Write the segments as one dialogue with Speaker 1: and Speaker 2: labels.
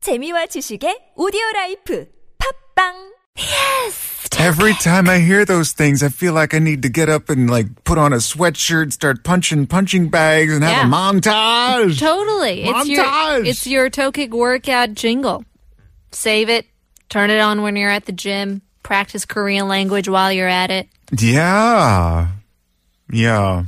Speaker 1: 재미와 지식의 오디오 라이프 팝빵
Speaker 2: Every time I hear those things, I feel like I need to get up and like put on a sweatshirt, start punching punching bags, and have a
Speaker 3: Yeah.
Speaker 2: montage.
Speaker 3: Totally. It's your
Speaker 2: Montage.
Speaker 3: it's your Tokic workout jingle. Save it, turn it on when you're at the gym, practice Korean language while you're at it.
Speaker 2: yeah, yeah.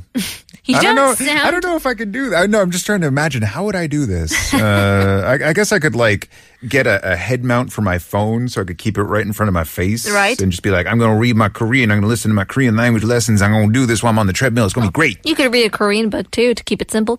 Speaker 3: You
Speaker 2: I don't know. I
Speaker 3: sound
Speaker 2: don't know if I could do that. I know. I'm just trying to imagine how would I do this. Uh, I, I guess I could like get a, a head mount for my phone so I could keep it right in front of my face,
Speaker 3: Right.
Speaker 2: And just be like, I'm going to read my Korean. I'm going to listen to my Korean language lessons. I'm going to do this while I'm on the treadmill. It's going to be great.
Speaker 3: You could read a Korean book too to keep it simple.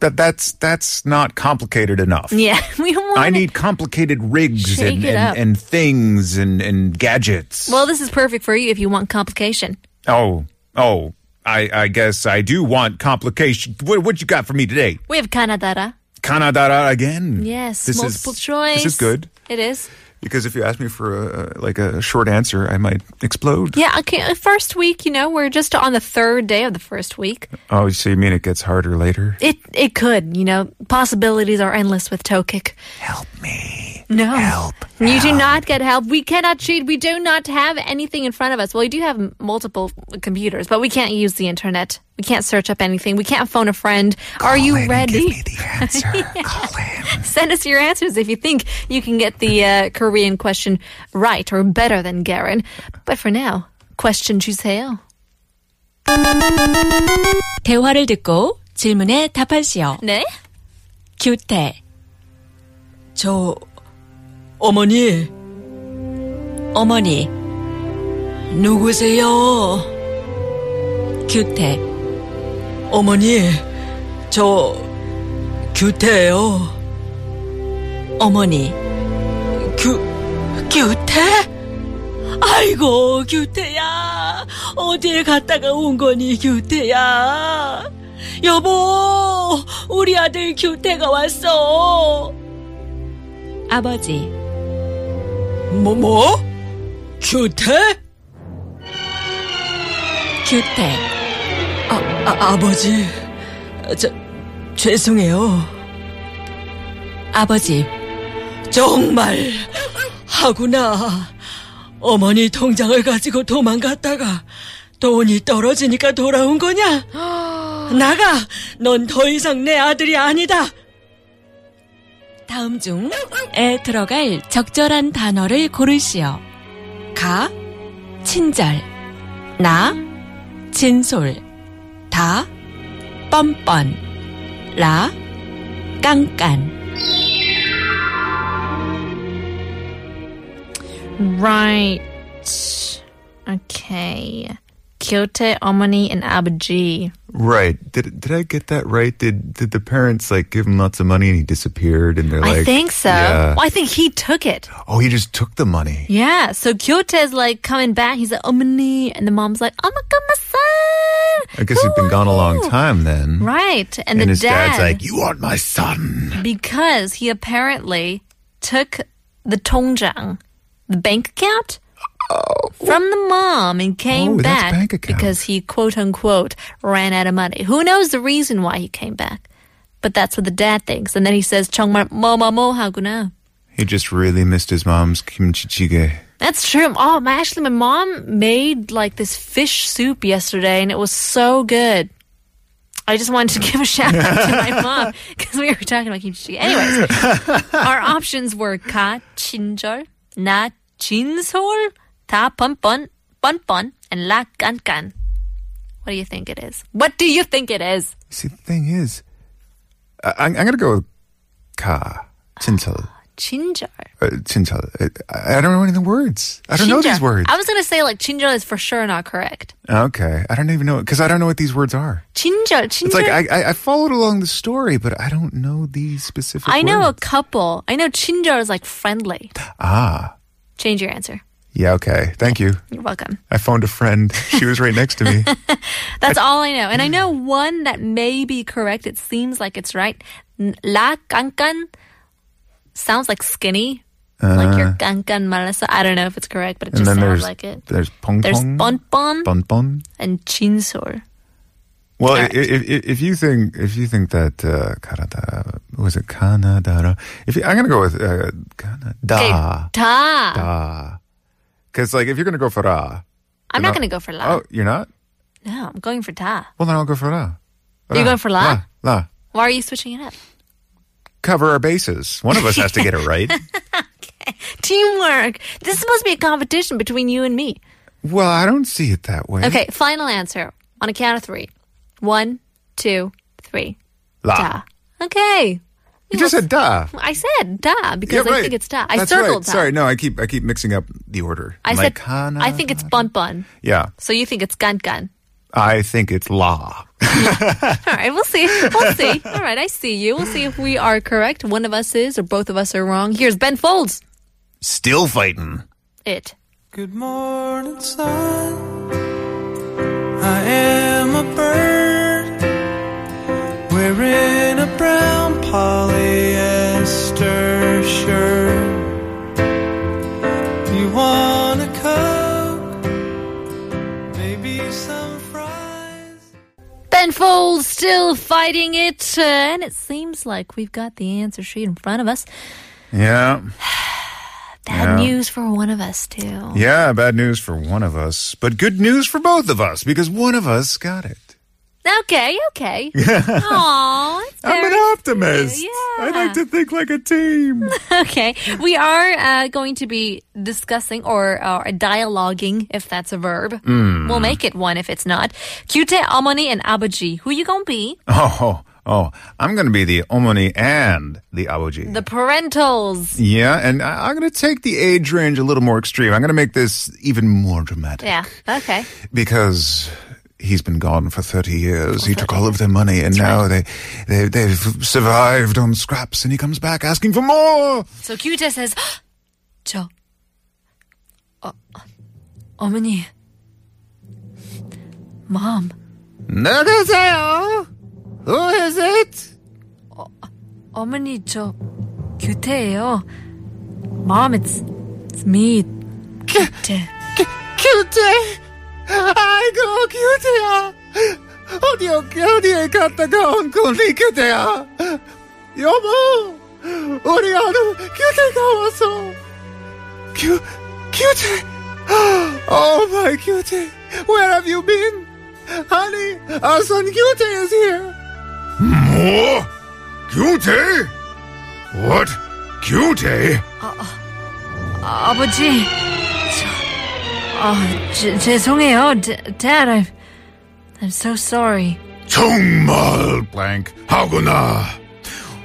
Speaker 2: That that's that's not complicated enough.
Speaker 3: Yeah. We don't want
Speaker 2: I need complicated rigs and,
Speaker 3: Shake it
Speaker 2: and,
Speaker 3: up.
Speaker 2: and things and, and gadgets.
Speaker 3: Well, this is perfect for you if you want complication.
Speaker 2: oh, oh, I, I guess I do want complication. What, what you got for me today?
Speaker 3: We have Kanadara.
Speaker 2: Kanadara again?
Speaker 3: Yes,
Speaker 2: This is-
Speaker 3: multiple choice.
Speaker 2: This is good
Speaker 3: It is.
Speaker 2: because if you ask me for a, like a short answer, I might explode.
Speaker 3: Yeah, okay. uh, First week, you know, we're just on the third day of the first week.
Speaker 2: Oh, so you mean it gets harder later?
Speaker 3: It it could, you know, possibilities are endless with Tokic.
Speaker 2: Help me.
Speaker 3: No.
Speaker 2: Help.
Speaker 3: You do not get help. We cannot cheat. We do not have anything in front of us. Well, we do have m- multiple computers, but we can't use the internet. We can't search up anything. We can't phone a friend. Are you ready?
Speaker 2: the answer. Call him.
Speaker 3: Send us your answers if you think you can get the uh, Korean question right or better than Garen. But for now, question 주세요.
Speaker 4: 대화를 듣고 질문에 답하시오.
Speaker 3: 네?
Speaker 4: 규태. 저, 어머니. 어머니. 누구세요? 규태. 어머니. 저, 규태요. 어머니. 규, 규태? 아이고, 규태야. 어디에 갔다가 온 거니, 규태야. 여보, 우리 아들 규태가 왔어. 아버지. 뭐, 뭐? 규태? 규태. 아, 아, 아버지. 저, 죄송해요. 아버지. 정말, 하구나. 어머니 통장을 가지고 도망갔다가 돈이 떨어지니까 돌아온 거냐? 나가! 넌 더 이상 내 아들이 아니다! 다음 중에 들어갈 적절한 단어를 고르시오. 가, 친절. 나, 진솔. 다, 뻔뻔. 라, 깐깐.
Speaker 3: Right. Okay. Kyote, Omani, and Abaji.
Speaker 2: Right. Did did I get that right? Did did the parents like give him lots of money and he disappeared and they're like
Speaker 3: I think so.
Speaker 2: Yeah.
Speaker 3: Well, I think he took it.
Speaker 2: Oh, he just took the money.
Speaker 3: Yeah, so Kyote's like coming back. He's like, Omani. And the mom's like, Oh my god, my son.
Speaker 2: I guess he'd
Speaker 3: Who
Speaker 2: been
Speaker 3: are
Speaker 2: gone a long
Speaker 3: you?"
Speaker 2: time then.
Speaker 3: Right. And,
Speaker 2: And,
Speaker 3: the
Speaker 2: his
Speaker 3: dad,
Speaker 2: dad's like, "You aren't my son."
Speaker 3: because he apparently took the tongjang, the bank account, from the mom and came
Speaker 2: Oh, that's
Speaker 3: back
Speaker 2: bank account.
Speaker 3: because he quote unquote ran out of money. Who knows the reason why he came back? But that's what the dad thinks. And then he says, 정말 뭐뭐뭐 하구나.
Speaker 2: He just really missed his mom's kimchi jjigae.
Speaker 3: That's true. Oh, my, actually, my mom made like this fish soup yesterday, and it was so good. I just wanted to give a shout out to my mom because we were talking about kimchi. Anyways, our options were ka chinjol, na jinsol, ta pon pon, pon pon, and la kan kan. What do you think it is? What do you think it is?
Speaker 2: See, the thing is, I, I'm, I'm gonna go with ka chintel.
Speaker 3: Chinjol.
Speaker 2: Uh, chintel. I, I don't know any of the words. I don't know these words.
Speaker 3: I was gonna say like chinjol is for sure not correct.
Speaker 2: okay, I don't even know because I don't know what these words are.
Speaker 3: Chinjol. Chinjol.
Speaker 2: It's like I, I, I followed along the story, but I don't know these specific.
Speaker 3: I know a
Speaker 2: words.
Speaker 3: couple. I know Chinjar is like friendly.
Speaker 2: Ah,
Speaker 3: Change your answer.
Speaker 2: yeah. Okay, thank you.
Speaker 3: You're welcome.
Speaker 2: I phoned a friend. She was right next to me.
Speaker 3: That's all I know. And I know one that may be correct. It seems like it's right. N- La kankan sounds like skinny. like your kankan malasa. I don't know if it's correct, but it
Speaker 2: Uh. And
Speaker 3: just
Speaker 2: then
Speaker 3: sounds
Speaker 2: there's
Speaker 3: like it.
Speaker 2: there's pong
Speaker 3: There's
Speaker 2: pong
Speaker 3: bonbon
Speaker 2: bon bon.
Speaker 3: and chinsor.
Speaker 2: Well, i if, if you think if you think that uh, Canada was it Canada, if you, I'm gonna go with uh, Canada,
Speaker 3: 다.
Speaker 2: because like if you're gonna go for ra,
Speaker 3: I'm not going to go for la.
Speaker 2: Oh, you're not?
Speaker 3: No, I'm going for da.
Speaker 2: Well, then I'll go for la.
Speaker 3: You're going for la?
Speaker 2: La. la.
Speaker 3: Why are you switching it up?
Speaker 2: Cover our bases. One of us has to get it right.
Speaker 3: Teamwork. This is supposed to be a competition between you and me.
Speaker 2: well, I don't see it that way.
Speaker 3: Okay, final answer on a count of three. One, two, three.
Speaker 2: La.
Speaker 3: Da. Okay.
Speaker 2: You just said da.
Speaker 3: I said da because
Speaker 2: Yeah,
Speaker 3: I
Speaker 2: right.
Speaker 3: think it's da. I
Speaker 2: That's right.
Speaker 3: circled da.
Speaker 2: Sorry, no, I keep I keep mixing up the order.
Speaker 3: I
Speaker 2: I'm
Speaker 3: said
Speaker 2: like, Canada.
Speaker 3: I think it's bun bun.
Speaker 2: Yeah,
Speaker 3: So you think it's gun gun.
Speaker 2: I think it's la.
Speaker 3: All right, we'll see. We'll see. All right, I see you. We'll see if we are correct. One of us is or both of us are wrong. Here's Ben Folds.
Speaker 2: Still fighting.
Speaker 3: It.
Speaker 5: Good morning, sun. I am a bird wearing a brown polyester shirt. You want a coke? Maybe some fries?
Speaker 3: Ben Folds still fighting it, uh, and it seems like we've got the answer sheet in front of us.
Speaker 2: Yeah,
Speaker 3: Bad
Speaker 2: Yeah.
Speaker 3: news for one of us too.
Speaker 2: yeah. Bad news for one of us, but good news for both of us because one of us got it.
Speaker 3: Okay, okay. Aw,
Speaker 2: I'm
Speaker 3: it's very
Speaker 2: an optimist.
Speaker 3: Yeah.
Speaker 2: I like to think like a team.
Speaker 3: Okay, we are uh, going to be discussing or uh, dialoguing, if that's a verb. We'll make it one if it's not. Kyute, Amoni, and Abaji. Who you gonna be?
Speaker 2: oh, oh, I'm going to be the omni and the aboji.
Speaker 3: The parentals.
Speaker 2: yeah, and I- I'm going to take the age range a little more extreme. I'm going to make this even more dramatic.
Speaker 3: Yeah. Okay.
Speaker 2: because he's been gone for 30 years. He took all of their money and now they, they, they've survived on scraps and he comes back asking for more.
Speaker 3: So Kyute says, "저 어, 어머니, mom,
Speaker 2: 누구세요? Who is it?
Speaker 3: 어머니 저 규태예요. Mom, it's, it's me, 규태."
Speaker 2: 큐티. 아이고, 큐티야. 어디, 어디에 갔다가 온 건데, 큐티야. 여보, 우리 아들 큐티가 왔어. 큐, 큐티. Oh, my cutie. Where have you been? Honey, our son cutie is here. More? Cutie? What? Cutie?
Speaker 3: 아버지, 저, 아, 제, 죄송해요. D- Dad, I'm, I'm so sorry.
Speaker 2: 정말 블랭크하구나.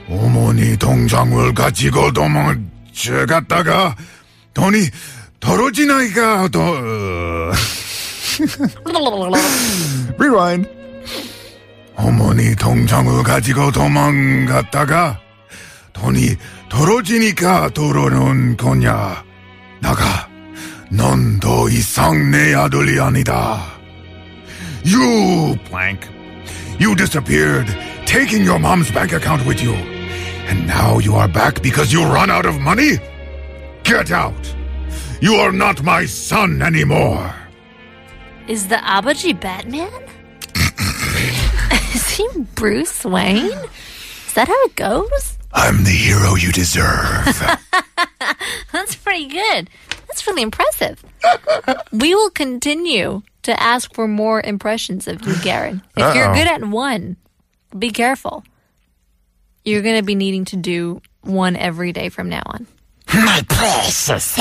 Speaker 2: 어머니 동장을 가지고 도망을 쳐갔다가 돈이 떨어진 아이가 더... Rewind. 어머니 동장을 가지고 도망갔다가 돈이 떨어지니까 돌아온 거냐. 나가. 넌 더 이상 내 아들이 아니다. You blank. You disappeared, taking your mom's bank account with you. And now you are back because you run out of money? Get out! You are not my son anymore!
Speaker 3: Is the Abaji Batman? Is he Bruce Wayne? Is that how it goes?
Speaker 2: I'm the hero you deserve.
Speaker 3: That's pretty good. That's really impressive. we will continue to ask for more impressions of you, Garen. If you're
Speaker 2: Uh-oh.
Speaker 3: good at one, be careful. You're going to be needing to do one every day from now on.
Speaker 2: my precious.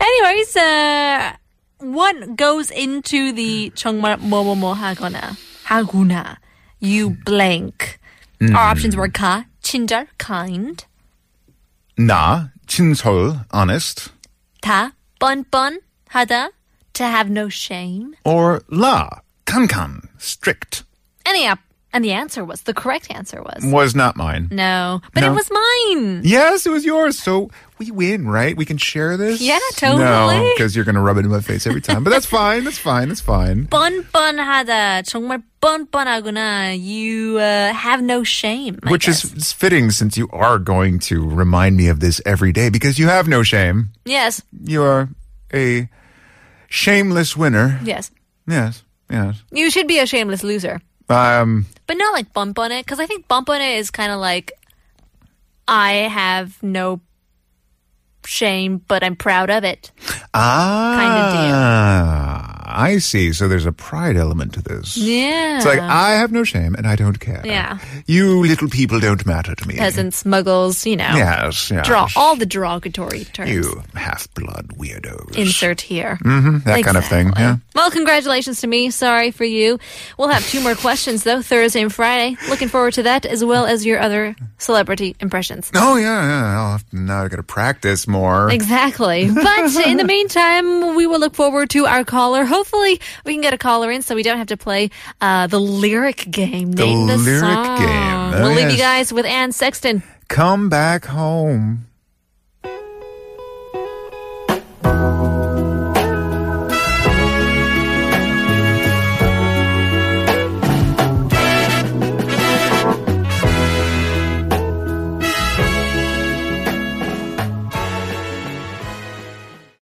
Speaker 3: Anyways, uh, what goes into the 정말 뭐뭐뭐 하거나 하구나 you blank. Our
Speaker 2: Mm.
Speaker 3: options were 가, 친절, kind,
Speaker 2: 나, 친설, honest.
Speaker 3: 다, 뻔뻔, 하다, to have no shame.
Speaker 2: Or la, kankan, strict.
Speaker 3: And the, op- and the answer was, the correct answer was,
Speaker 2: Was not mine.
Speaker 3: no, but it
Speaker 2: No.
Speaker 3: was mine.
Speaker 2: Yes, it was yours. So we win, right? We can share this?
Speaker 3: Yeah, totally.
Speaker 2: No, because you're going to rub it in my face every time. But that's fine. That's fine. That's fine.
Speaker 3: 뻔뻔하다, 정말 뻔뻔하구나, you uh, have no shame. I
Speaker 2: Which is
Speaker 3: guess.
Speaker 2: is fitting since you are going to remind me of this every day because you have no shame.
Speaker 3: Yes,
Speaker 2: You are a shameless winner.
Speaker 3: yes.
Speaker 2: Yes. Yeah.
Speaker 3: You should be a shameless loser,
Speaker 2: Um.
Speaker 3: but not like bump on it because I think bump on it is kind of like I have no shame, but I'm proud of it.
Speaker 2: Ah. I see. So there's a pride element to this.
Speaker 3: Yeah,
Speaker 2: It's like I have no shame and I don't care.
Speaker 3: Yeah.
Speaker 2: You little people don't matter to me.
Speaker 3: peasants, muggles, you know,
Speaker 2: Yes. Yes.
Speaker 3: draw all the derogatory terms.
Speaker 2: You half blood weirdos.
Speaker 3: Insert here.
Speaker 2: Mhm, that kind of thing. Yeah.
Speaker 3: Well, congratulations to me. Sorry for you. We'll have two more questions, though, Thursday and Friday. Looking forward to that, as well as your other celebrity impressions.
Speaker 2: Oh yeah, yeah. I'll have to, now I got to practice more.
Speaker 3: Exactly. But in the meantime, we will look forward to our caller. Hopefully, we can get a caller in so we don't have to play uh, the lyric game.
Speaker 2: The
Speaker 3: Name the
Speaker 2: lyric
Speaker 3: song.
Speaker 2: game. Oh,
Speaker 3: we'll leave you
Speaker 2: yes.
Speaker 3: guys with Anne Sexton.
Speaker 2: Come back home.